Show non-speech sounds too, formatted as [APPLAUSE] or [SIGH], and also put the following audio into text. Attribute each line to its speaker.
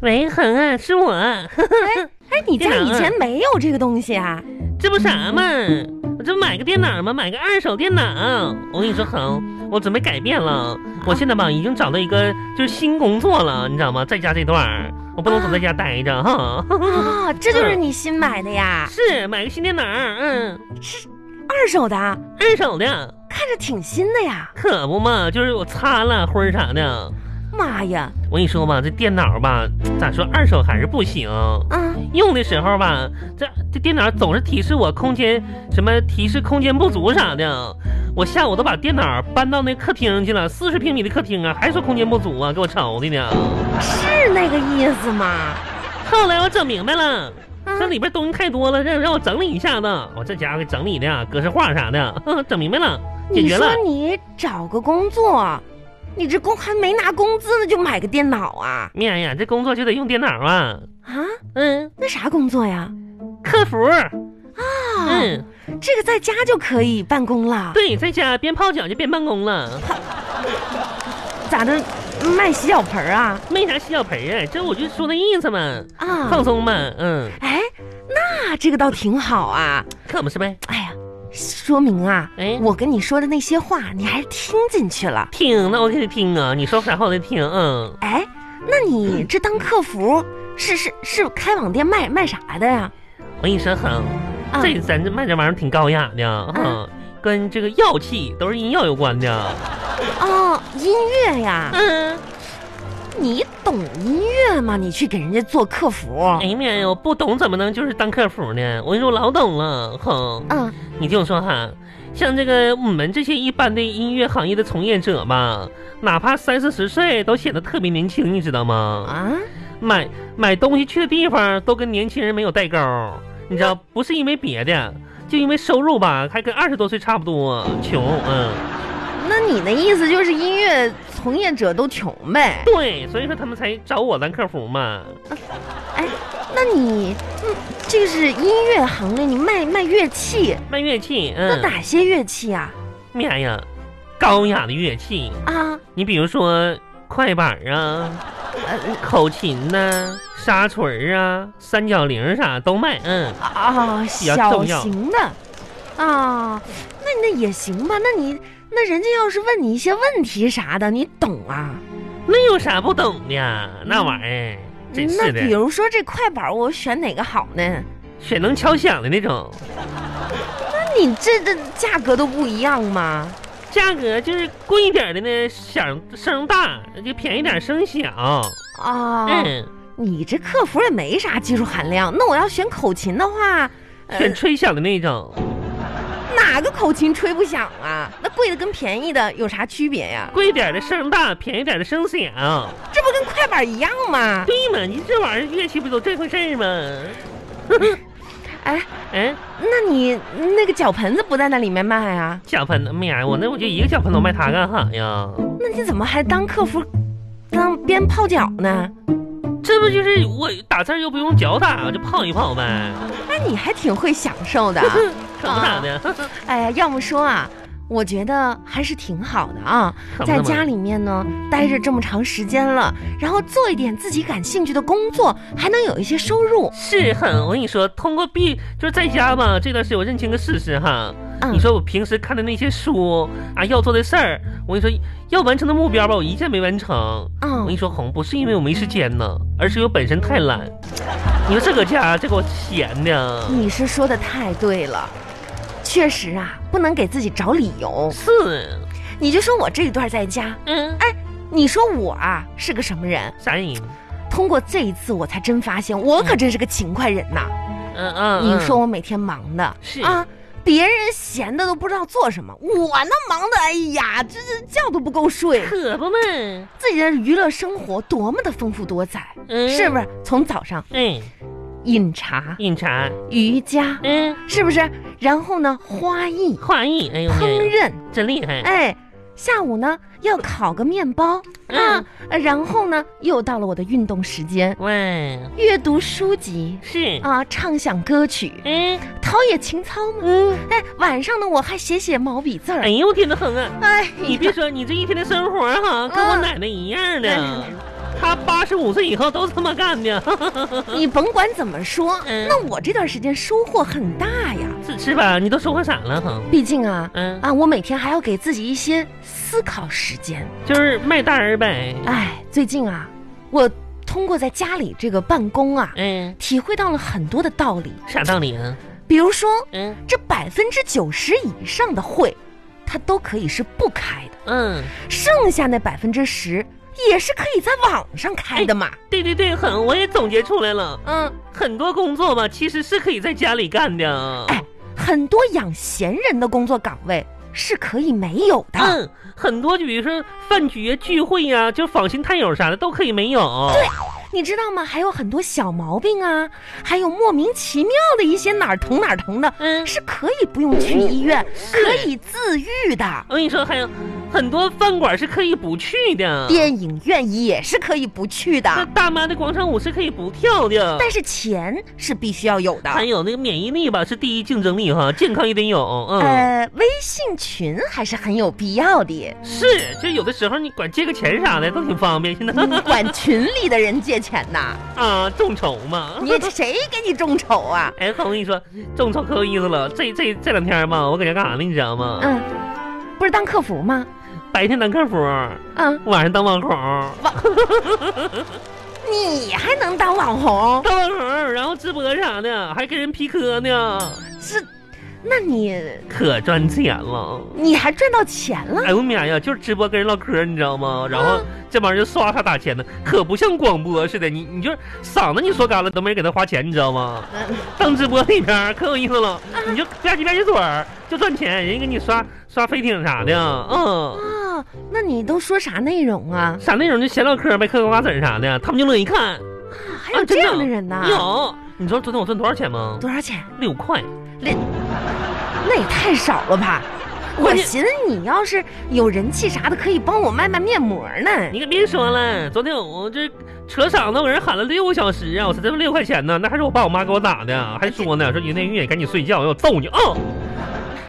Speaker 1: 喂，恒啊， [LAUGHS] 是我，呵呵
Speaker 2: 哎，你家
Speaker 1: 电脑
Speaker 2: 以
Speaker 1: 啊
Speaker 2: 前没有这个东西啊？
Speaker 1: 这不啥嘛，我这不买个电脑吗？买个二手电脑。我跟你说，恒，我准备改变了，我现在吧已经找到一个就是新工作了，你知道吗？在家这段儿，我不能总在家待着哈。 [LAUGHS]
Speaker 2: 啊，这就是你新买的呀？
Speaker 1: 是买个新电脑，嗯，
Speaker 2: 二手的，
Speaker 1: 二手的，
Speaker 2: 看着挺新的呀。
Speaker 1: 可不嘛，就是我擦了灰儿啥的。
Speaker 2: 妈呀，
Speaker 1: 我跟你说嘛，这电脑吧，咋说二手还是不行。
Speaker 2: 啊，
Speaker 1: 用的时候吧，这这电脑总是提示我空间什么提示空间不足啥的。我下午都把电脑搬到那客厅去了，四十平米的客厅啊，还说空间不足啊，给我愁的呢。
Speaker 2: 是那个意思吗？
Speaker 1: 后来我整明白了，
Speaker 2: 啊
Speaker 1: 这里边东西太多了，让让我整理一下子。我这家伙给整理的啊，格式化啥的，呵呵整明白了，解
Speaker 2: 你
Speaker 1: 决了
Speaker 2: 说。你找个工作，你这工还没拿工资呢，就买个电脑啊？
Speaker 1: 哎呀，这工作就得用电脑啊。
Speaker 2: 啊，
Speaker 1: 嗯，
Speaker 2: 那啥工作呀？
Speaker 1: 客服。
Speaker 2: 啊，
Speaker 1: 嗯，
Speaker 2: 这个在家就可以办公了，
Speaker 1: 对，在家边泡脚就边办公了。
Speaker 2: 咋的？卖洗脚盆儿啊？
Speaker 1: 没啥洗脚盆儿啊，这我就说那意思嘛，
Speaker 2: 啊
Speaker 1: 放，松嘛，嗯，
Speaker 2: 哎，那这个倒挺好啊。
Speaker 1: 可不是呗。
Speaker 2: 哎呀，说明啊，
Speaker 1: 哎
Speaker 2: 我跟你说的那些话，你还是听进去了。
Speaker 1: 听，那我给你听啊，你说啥话我得听，嗯，
Speaker 2: 哎，那你这当客服是是是开网店卖卖啥的呀？
Speaker 1: 我跟你说哼，
Speaker 2: 啊
Speaker 1: 这咱这卖这玩意儿挺高雅的啊，
Speaker 2: 嗯
Speaker 1: 嗯，跟这个药气都是医药有关的，
Speaker 2: 哦，音乐呀，
Speaker 1: 嗯，
Speaker 2: 你懂音乐吗？你去给人家做客服
Speaker 1: 哎，呀妈呀，我不懂怎么能就是当客服呢？我跟你说，我老懂了，哼，
Speaker 2: 嗯，
Speaker 1: 你听我说哈，像这个我们这些一般的音乐行业的从业者吧，哪怕三四十岁都显得特别年轻，你知道吗？
Speaker 2: 啊，
Speaker 1: 买买东西去的地方都跟年轻人没有代沟，你知道不是因为别的，就因为收入吧，还跟二十多岁差不多，穷，嗯，
Speaker 2: 那你的意思就是音乐从业者都穷呗？
Speaker 1: 对，所以说他们才找我当客服嘛。
Speaker 2: 哎，那你，嗯，这是音乐行业，你卖卖乐器，
Speaker 1: 卖乐器，
Speaker 2: 那
Speaker 1: 嗯，
Speaker 2: 哪些乐器啊？
Speaker 1: 妈呀，高雅的乐器，
Speaker 2: 啊，
Speaker 1: 你比如说快板啊，
Speaker 2: 呃
Speaker 1: [LAUGHS] 口琴呐、沙锤儿啊，三角铃儿啥都卖，嗯，
Speaker 2: 啊，
Speaker 1: 较
Speaker 2: 小
Speaker 1: 重要
Speaker 2: 型的，啊，那那也行吧？那你那人家要是问你一些问题啥的，你懂啊？
Speaker 1: 那有啥不懂的呀？那玩意儿真
Speaker 2: 嗯那
Speaker 1: 是
Speaker 2: 比
Speaker 1: 的，
Speaker 2: 如说这快板，我选哪个好呢？
Speaker 1: 选能敲响的那种。
Speaker 2: 那你这这价格都不一样吗？
Speaker 1: 价格就是贵一点的呢，响声大；就便宜点声小。
Speaker 2: 啊，
Speaker 1: 嗯，
Speaker 2: 你这客服也没啥技术含量。那我要选口琴的话，呃
Speaker 1: 选吹响的那种，
Speaker 2: [LAUGHS] 哪个口琴吹不响啊？那贵的跟便宜的有啥区别呀？
Speaker 1: 贵点的声大，便宜点的声小。
Speaker 2: 这不跟快板一样吗？
Speaker 1: 对嘛？你这玩意儿乐器不都这回事儿吗？
Speaker 2: 哎，
Speaker 1: [LAUGHS] 哎，
Speaker 2: 那你那个脚盆子不在那里面卖啊？
Speaker 1: 小盆子，妈呀，我那我就一个小盆头卖它干哈呀？
Speaker 2: 那你怎么还当客服，当边泡脚呢？
Speaker 1: 这不就是我打字儿又不用脚打，我就泡一泡呗，
Speaker 2: 那你还挺会享受的啊。
Speaker 1: 可不咋的。
Speaker 2: [LAUGHS]
Speaker 1: [LAUGHS]
Speaker 2: 哎呀，要么说啊，我觉得还是挺好的啊
Speaker 1: 可不，
Speaker 2: 在
Speaker 1: 嘛
Speaker 2: 家里面呢待着这么长时间了，然后做一点自己感兴趣的工作，还能有一些收入。
Speaker 1: 是很，我跟你说，通过毕就是在家吧，这段时间我认清个事实哈。
Speaker 2: 嗯
Speaker 1: 你说我平时看的那些书啊，要做的事儿，我跟你说，要完成的目标吧，我一件没完成。我跟
Speaker 2: 嗯
Speaker 1: 你，说，红不是因为我没时间呢，而是我本身太懒。你说这搁家这给我闲的，
Speaker 2: 你是说的太对了，确实啊，不能给自己找理由。
Speaker 1: 是，
Speaker 2: 你就说我这一段在家，
Speaker 1: 嗯，
Speaker 2: 哎你说我啊是个什么人？
Speaker 1: 啥人？
Speaker 2: 通过这一次，我才真发现我可真是个勤快人呐。
Speaker 1: 嗯嗯，
Speaker 2: 你
Speaker 1: 嗯
Speaker 2: 说我每天忙的
Speaker 1: 是
Speaker 2: 啊，别人闲的都不知道做什么，我那忙的，哎呀，这这觉都不够
Speaker 1: [LAUGHS]
Speaker 2: 睡，
Speaker 1: 可不嘛，
Speaker 2: 自己的娱乐生活多么的丰富多彩，
Speaker 1: 嗯，
Speaker 2: 是不？是？从早上
Speaker 1: 哎，
Speaker 2: 饮茶、
Speaker 1: 饮茶，
Speaker 2: 瑜伽，
Speaker 1: 嗯，
Speaker 2: 是不是？然后呢，花艺、
Speaker 1: 画艺，哎呦，
Speaker 2: 烹饪，
Speaker 1: 真厉害，
Speaker 2: 哎，下午呢要烤个面包啊
Speaker 1: 嗯，
Speaker 2: 然后呢又到了我的运动时间，
Speaker 1: 喂，
Speaker 2: 阅读书籍
Speaker 1: 是，
Speaker 2: 啊，唱响歌曲，
Speaker 1: 嗯
Speaker 2: 陶冶情操嘛。
Speaker 1: 嗯。
Speaker 2: 哎，晚上呢，我还写写毛笔字儿。
Speaker 1: 哎呦我天呐，恒啊！
Speaker 2: 哎，
Speaker 1: [LAUGHS] 你别说，你这一天的生活哈、跟我
Speaker 2: 嗯
Speaker 1: 奶奶一样
Speaker 2: 对
Speaker 1: 的。他八十五岁以后都这么干的，
Speaker 2: 你甭管怎么说，
Speaker 1: 嗯
Speaker 2: 那我这段时间收获很大呀。
Speaker 1: 是是吧？你都收获啥了哈？
Speaker 2: 毕竟啊，
Speaker 1: 嗯，
Speaker 2: 啊，我每天还要给自己一些思考时间。
Speaker 1: 就是卖单儿呗。
Speaker 2: 哎，最近啊，我通过在家里这个办公啊，
Speaker 1: 嗯，
Speaker 2: 体会到了很多的道理。
Speaker 1: 啥道理啊？
Speaker 2: 比如说，
Speaker 1: 嗯
Speaker 2: 这百分之九十以上的会，它都可以是不开的，
Speaker 1: 嗯，
Speaker 2: 剩下那百分之十也是可以在网上开的嘛。
Speaker 1: 对对对，很，我也总结出来了，
Speaker 2: 嗯，
Speaker 1: 很多工作嘛，其实是可以在家里干的。
Speaker 2: 哎，很多养闲人的工作岗位是可以没有的。
Speaker 1: 嗯，很多就比如说饭局啊、聚会呀、就访亲探友啥的都可以没有。对，
Speaker 2: 你知道吗？还有很多小毛病啊，还有莫名其妙的一些哪儿疼哪儿疼的，
Speaker 1: 嗯，
Speaker 2: 是可以不用去医院，
Speaker 1: 是
Speaker 2: 可以自愈的。
Speaker 1: 我跟你说，还有很多饭馆是可以不去的，
Speaker 2: 电影院也是可以不去
Speaker 1: 那
Speaker 2: 的，
Speaker 1: 大妈的广场舞是可以不跳的。
Speaker 2: 但是钱是必须要有的。
Speaker 1: 还有那个免疫力吧，是第一竞争力哈，健康也得有。嗯，
Speaker 2: 呃，微信群还是很有必要
Speaker 1: [LAUGHS]
Speaker 2: 的，
Speaker 1: 是，就有的时候你管借个钱啥的都挺方便，现 [LAUGHS] 在、
Speaker 2: 你管群里的人借钱呐？
Speaker 1: 啊众筹嘛。
Speaker 2: 你谁给你众筹啊？
Speaker 1: 哎，我跟你说，众筹可有意思了。这这这两天吧，我搁家干啥呢？你知道吗？
Speaker 2: 嗯，不是当客服吗？
Speaker 1: 白天当客服，
Speaker 2: 嗯，
Speaker 1: 晚上当网红。
Speaker 2: 你还能当网红？
Speaker 1: 当网红，然后直播啥的，还跟人 PK 呢，
Speaker 2: 是，那你
Speaker 1: 可赚钱了。
Speaker 2: 你还赚到钱了？
Speaker 1: 哎呦妈呀，就是直播跟人唠嗑，你知道吗？然后这帮人就刷他打钱呢，可不像广播似的，你你就是嗓子你说干了都没人给他花钱，你知道吗？
Speaker 2: 嗯
Speaker 1: 当直播里边可有意思了，你就吧唧吧唧嘴儿就赚钱，人家给你刷刷飞艇啥的，嗯，
Speaker 2: 啊，那你都说啥内容啊？
Speaker 1: 啥内容就闲唠嗑呗，嗑瓜子儿啥的，他们就乐意看。
Speaker 2: 啊还有这样的人呢？
Speaker 1: 有，你知道昨天我赚多少钱吗？
Speaker 2: 啊多少钱？
Speaker 1: 六块。
Speaker 2: 那也太少了吧！我
Speaker 1: 关键
Speaker 2: 寻思你要是有人气啥的，可以帮我卖卖面膜呢。
Speaker 1: 你可别说了，昨天我这扯嗓子，我给人喊了六个小时啊，我才挣六块钱呢，那还是我爸我妈给我打的，还说呢，说你那月赶紧睡觉，要揍你啊、哦！